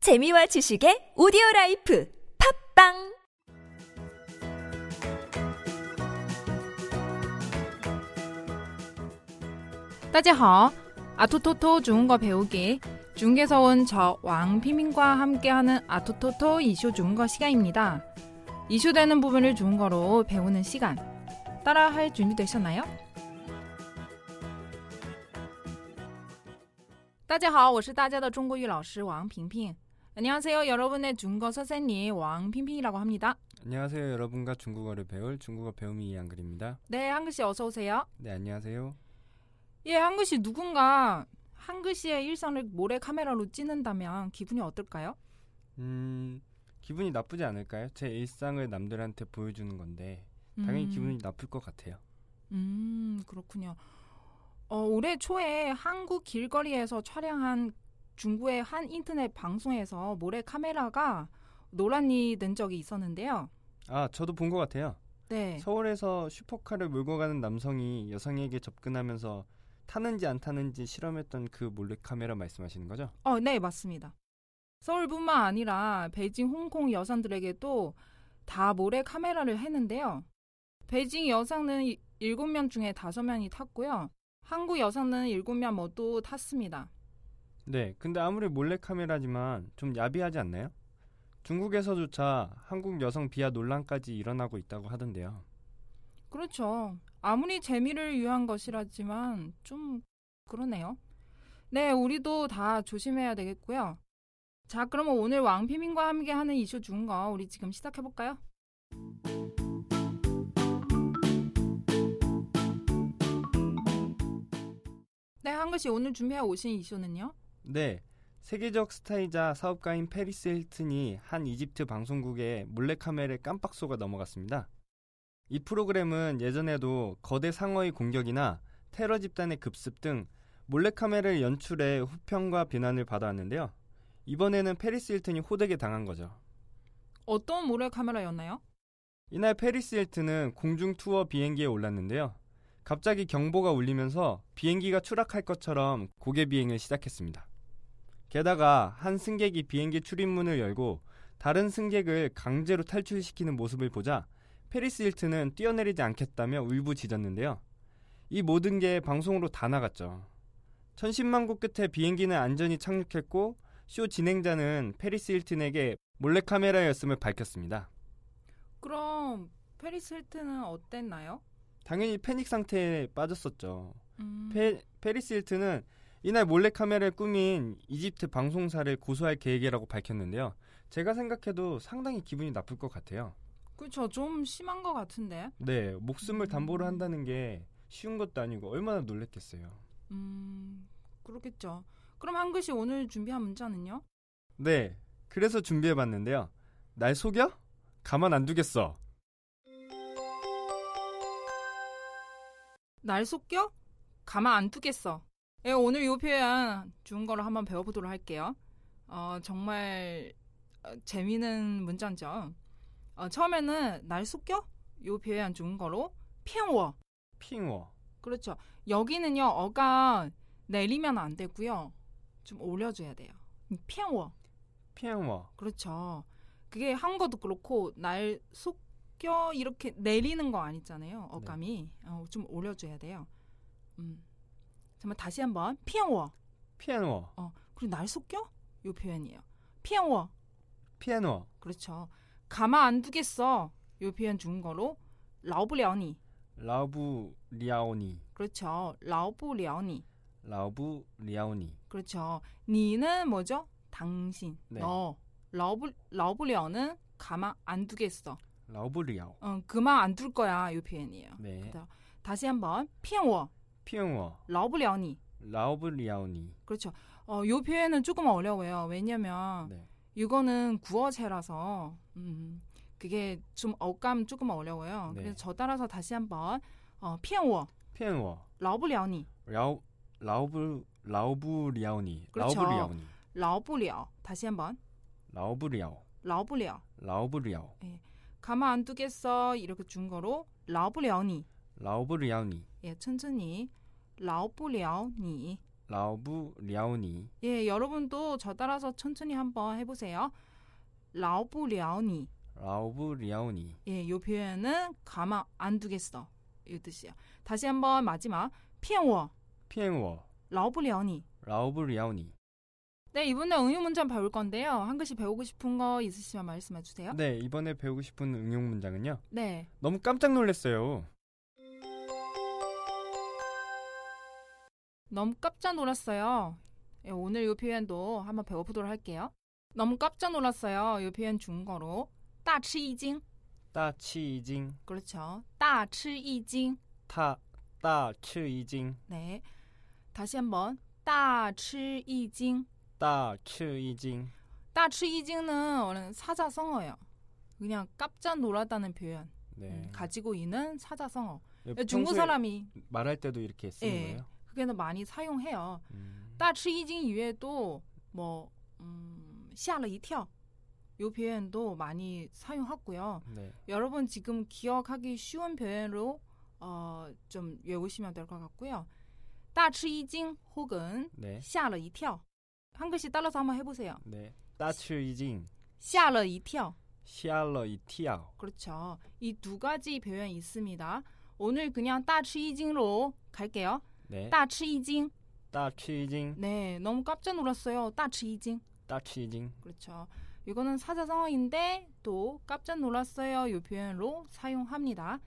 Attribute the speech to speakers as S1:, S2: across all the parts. S1: 재미와 지식의 오디오 라이프 팝빵
S2: 따지하 아토토토 중국어 배우기 중국에서 온 저 왕피민과 함께하는 아토토토 이슈 중국어 시간입니다. 이슈되는 부분을 중국어로 배우는 시간 따라할 준비되셨나요? 따지하我是大家的中国语老师王平平 안녕하세요 여러분의 중국어 선생님 왕핑핑이라고 합니다.
S3: 안녕하세요. 여러분과 중국어를 배울 중국어 배움이 이 한글입니다.
S2: 네 한글씨 어서 오세요.
S3: 네, 안녕하세요.
S2: 예, 한글씨 누군가 한글씨의 일상을 모래 카메라로 찍는다면 기분이 어떨까요?
S3: 음, 기분이 나쁘지 않을까요? 제 일상을 남들한테 보여주는 건데 당연히
S2: 음,
S3: 기분이 나쁠 것 같아요.
S2: 음, 그렇군요. 어, 올해 초에 한국 길거리에서 촬영한 중국의 한 인터넷 방송에서 모래 카메라가 논란이 된 적이 있었는데요.
S3: 아, 저도 본 것 같아요.
S2: 네.
S3: 서울에서 슈퍼카를 몰고 가는 남성이 여성에게 접근하면서 타는지 안 타는지 실험했던 그 몰래카메라 말씀하시는 거죠?
S2: 어, 네, 맞습니다. 서울뿐만 아니라 베이징, 홍콩 여성들에게도 다 모래 카메라를 했는데요. 베이징 여성은 이- 일곱 명 중에 다섯 명이 탔고요. 한국 여성은 일곱 명 모두 탔습니다.
S3: 네, 근데 아무리 몰래카메라지만 좀 야비하지 않나요? 중국에서조차 한국 여성 비하 논란까지 일어나고 있다고 하던데요.
S2: 그렇죠. 아무리 재미를 위한 것이라지만 좀 그러네요. 네, 우리도 다 조심해야 되겠고요. 자, 그러면 오늘 왕피민과 함께 하는 이슈 중거 우리 지금 시작해 볼까요? 네, 한글 씨 오늘 준비해 오신 이슈는요?
S3: 네. 세계적 스타이자 사업가인 페리스 힐튼이 한 이집트 방송국에 몰래카메라에 깜빡 속아 넘어갔습니다. 이 프로그램은 예전에도 거대 상어의 공격이나 테러 집단의 급습 등 몰래카메라를 연출해 후평과 비난을 받아왔는데요. 이번에는 페리스 힐튼이 호되게 당한 거죠.
S2: 어떤 모래 카메라였나요?
S3: 이날 페리스 힐튼은 공중 투어 비행기에 올랐는데요. 갑자기 경보가 울리면서 비행기가 추락할 것처럼 고개 비행을 시작했습니다. 게다가 한 승객이 비행기 출입문을 열고 다른 승객을 강제로 탈출시키는 모습을 보자 페리스 힐튼은 뛰어내리지 않겠다며 울부짖었는데요. 이 모든 게 방송으로 다 나갔죠. 천신만고 끝에 비행기는 안전히 착륙했고 쇼 진행자는 페리스 힐튼에게 몰래카메라였음을 밝혔습니다.
S2: 그럼 페리스 힐튼은 어땠나요?
S3: 당연히 패닉 상태에 빠졌었죠.
S2: 음,
S3: 페, 페리스 힐튼은 이날 몰래카메라를 꾸민 이집트 방송사를 고소할 계획이라고 밝혔는데요. 제가 생각해도 상당히 기분이 나쁠 것 같아요.
S2: 그렇죠. 좀 심한 것 같은데.
S3: 네,
S2: 음.
S3: 목숨을 담보로 한다는 게 쉬운 것도 아니고 얼마나 놀랬겠어요.
S2: 음, 그렇겠죠. 그럼 한글씨 오늘 준비한 문자는요?
S3: 네, 그래서 준비해봤는데요. 날 속여? 가만 안 두겠어.
S2: 날 속여? 가만 안 두겠어. 예, 오늘 요 표현 중국어로 한번 배워보도록 할게요. 어, 정말 어, 재미있는 문자죠. 어, 처음에는 날 속여? 요 표현 중국어로 骗워.
S3: 핑워.
S2: 그렇죠. 여기는요 어가 내리면 안 되고요. 좀 올려줘야 돼요. 骗워.
S3: 핑워.
S2: 그렇죠. 그게 한거도 그렇고 날 속여 이렇게 내리는 거 아니잖아요. 어감이 어, 좀 올려줘야 돼요. 음. 잠깐 다시 한번 피앙워 어,
S3: 피엔워.
S2: 그리고 날 속여 요 표현이에요. 피앙워
S3: 피엔워.
S2: 그렇죠. 가만 안 두겠어 요 표현 중거로 라오브려니
S3: 라부 리아오니.
S2: 그렇죠. 라오브려니
S3: 라부 리아오니.
S2: 그렇죠. 니는 뭐죠? 당신
S3: 네.
S2: 너 라오브 라오브려는 가만 안 두겠어.
S3: 라부 리아오.
S2: 응 그만 안 둘 거야 요 표현이에요.
S3: 네.
S2: 그다음 다시 한번 피앙워
S3: 피엔워.
S2: 러브려니
S3: 라오브 리아오니.
S2: 그렇죠. 어, 요 표현은 조금 어려워요. 왜냐면
S3: 네.
S2: 이거는 구어체라서 음, 그게 좀 어감 조금 어려워요.
S3: 네.
S2: 그래서 저 따라서 다시 한번 어, 피앙워
S3: 피엔워.
S2: 러브려니
S3: 라오 라오브 라오브 리아오니.
S2: 그렇죠.
S3: 라오브 리아오니.
S2: 러브려 다시 한번
S3: 라오브 리아오.
S2: 러브려
S3: 라오브 리아오.
S2: 가만 안 두겠어 이렇게 중거로 러브려니
S3: 라오브 리아오니.
S2: 예 천천히 러브려니
S3: 라오부 랴오니
S2: 예, 여러분도 저 따라서 천천히 한번 해보세요. 라오부랴오니.
S3: 라오부 랴오니
S2: 예, 요 표현은 가만 안 두겠어. 이 뜻이요. 다시 한번 마지막. 피엔워,
S3: 피엔워
S2: 라오부랴오니.
S3: 라오부 랴오니
S2: 네, 이번에 응용문장 배울 건데요. 한글씨 배우고 싶은 거 있으시면 말씀해 주세요.
S3: 네 이번에 배우고 싶은 응용 문장은요
S2: 네.
S3: 너무 깜짝 놀랐어요
S2: 너무 깜짝 놀랐어요. 예, 오늘 이 표현도 한번 배워보도록 할게요. 너무 깜짝 놀랐어요. 이 표현 중거로 따치이징.
S3: 따치이징
S2: 그렇죠. 따치이징.
S3: 타 따치이징
S2: 네. 다시 한번 따치이징.
S3: 따치이징
S2: 따치이징은 원래 사자성어예요. 그냥 깜짝 놀랐다는 표현.
S3: 네
S2: 음, 가지고 있는 사자성어.
S3: 예,
S2: 중국
S3: 평소에
S2: 사람이
S3: 말할 때도 이렇게 쓰는
S2: 예.
S3: 거예요
S2: 그게 더 많이 사용해요.
S3: 음,
S2: 따치이징 이외에도 뭐 음, 吓了一跳. 요 표현도 많이 사용하고요.
S3: 네
S2: 여러분 지금 기억하기 쉬운 표현으로 어, 좀 외우시면 될 것 같고요. 따치이징 혹은
S3: 네,
S2: 吓了一跳. 한글씨 따라서 한번 해보세요.
S3: 네. 따치이징
S2: 吓了一跳.
S3: 시알러 이티아오
S2: 그렇죠. 이 두 가지 표현 있습니다. 오늘 그냥 따치이징로 갈게요.
S3: 네
S2: 따치이징.
S3: 따치이징
S2: 네, 너무 깜짝 놀랐어요. 따치이징.
S3: 따치이징
S2: 그렇죠. 이거는 사자성어인데 또 깜짝 놀랐어요. 이 표현으로 사용합니다.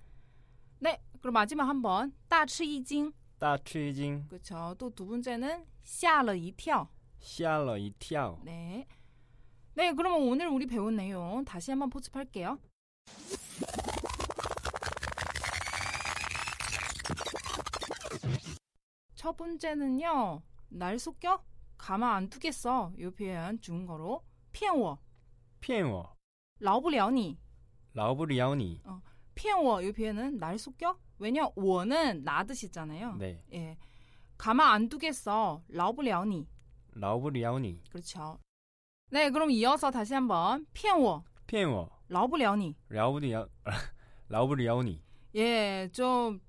S2: 네, 그럼 마지막 한번 따치이징.
S3: 따치이징
S2: 그렇죠. 또 두 번째는 吓了一跳.
S3: 시알러 이티아오
S2: 네. 네, 그러면 오늘 우리 배운 내용 다시 한번 포집할게요. 첫 번째는요. 날 속여? 가만 안 두겠어. 요 표현 중국어로 骗我,
S3: 피엔워
S2: 饶不了你.
S3: 라오브리아오니
S2: 骗我요 표현은 날 속여? 왜냐, 我는 나 뜻이잖아요.
S3: 네
S2: 예. 가만 안 두겠어. 饶不了你.
S3: 라오브리아오니
S2: 그렇죠. 네, 그럼 이어서 다시 한번 骗我,
S3: 피엔워
S2: 饶不了你.
S3: 라오브리아 라오브리아오니
S2: 예, 좀,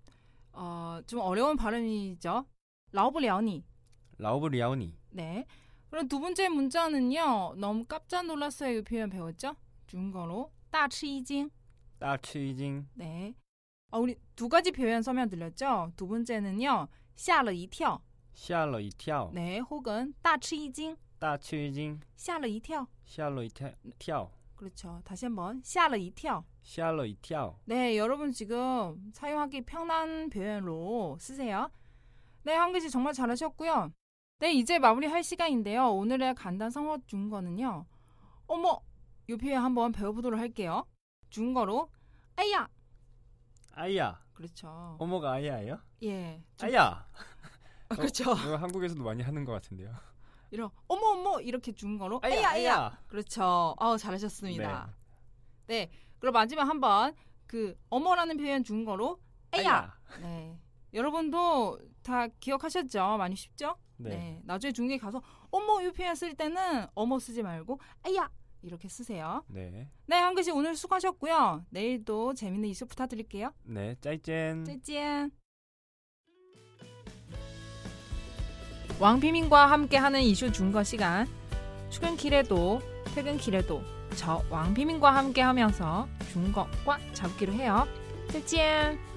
S2: 어, 좀 어려운 발음이죠. 饶不了你.
S3: 라오브리아오니
S2: 네. 그럼 두 번째 문자는요. 너무 깜짝 놀랐어요. 이 표현 배웠죠? 중국어로 大吃一惊.
S3: 따치이징
S2: 네. 아, 우리 두 가지 표현 설명 들렸죠? 두 번째는요. 吓了一跳.
S3: 시알러 이티아오
S2: 네, 혹은 大吃一惊.
S3: 따치이징
S2: 吓了一跳.
S3: 시알러 이티아오
S2: 그렇죠. 다시 한번 吓了一跳.
S3: 시알러 이티아오
S2: 네, 여러분 지금 사용하기 편한 표현으로 쓰세요. 네, 한글씨 정말 잘하셨고요. 네, 이제 마무리할 시간인데요. 오늘의 간단 성어 중거는요. 어머, 요 표현 한번 배워보도록 할게요. 중거로 아야,
S3: 아이야
S2: 그렇죠.
S3: 어머가 아이야예요?
S2: 예, 좀-
S3: 아이야
S2: 아, 그렇죠.
S3: 이거 한국에서도 많이 하는 것 같은데요
S2: 이런 어머 어머 이렇게 중거로 아야 아야, 그렇죠. 어, 잘하셨습니다. 네. 그럼 마지막 한번 그 어머라는 표현 중거로 아야. 네. 여러분도 다 기억하셨죠? 많이 쉽죠?
S3: 네.
S2: 나중에 중국에 가서 어머 유 표현 쓸 때는 어머 쓰지 말고 아야 이렇게 쓰세요.
S3: 네.
S2: 네, 한글씨 오늘 수고하셨고요. 내일도 재밌는 이슈 부탁드릴게요.
S3: 네. 짜이젠.
S2: 짜잔. 왕비민과 함께하는 이슈 중거 시간. 출근길에도 퇴근길에도 저 왕비민과 함께하면서 중거과 잡기로 해요. 짜잔.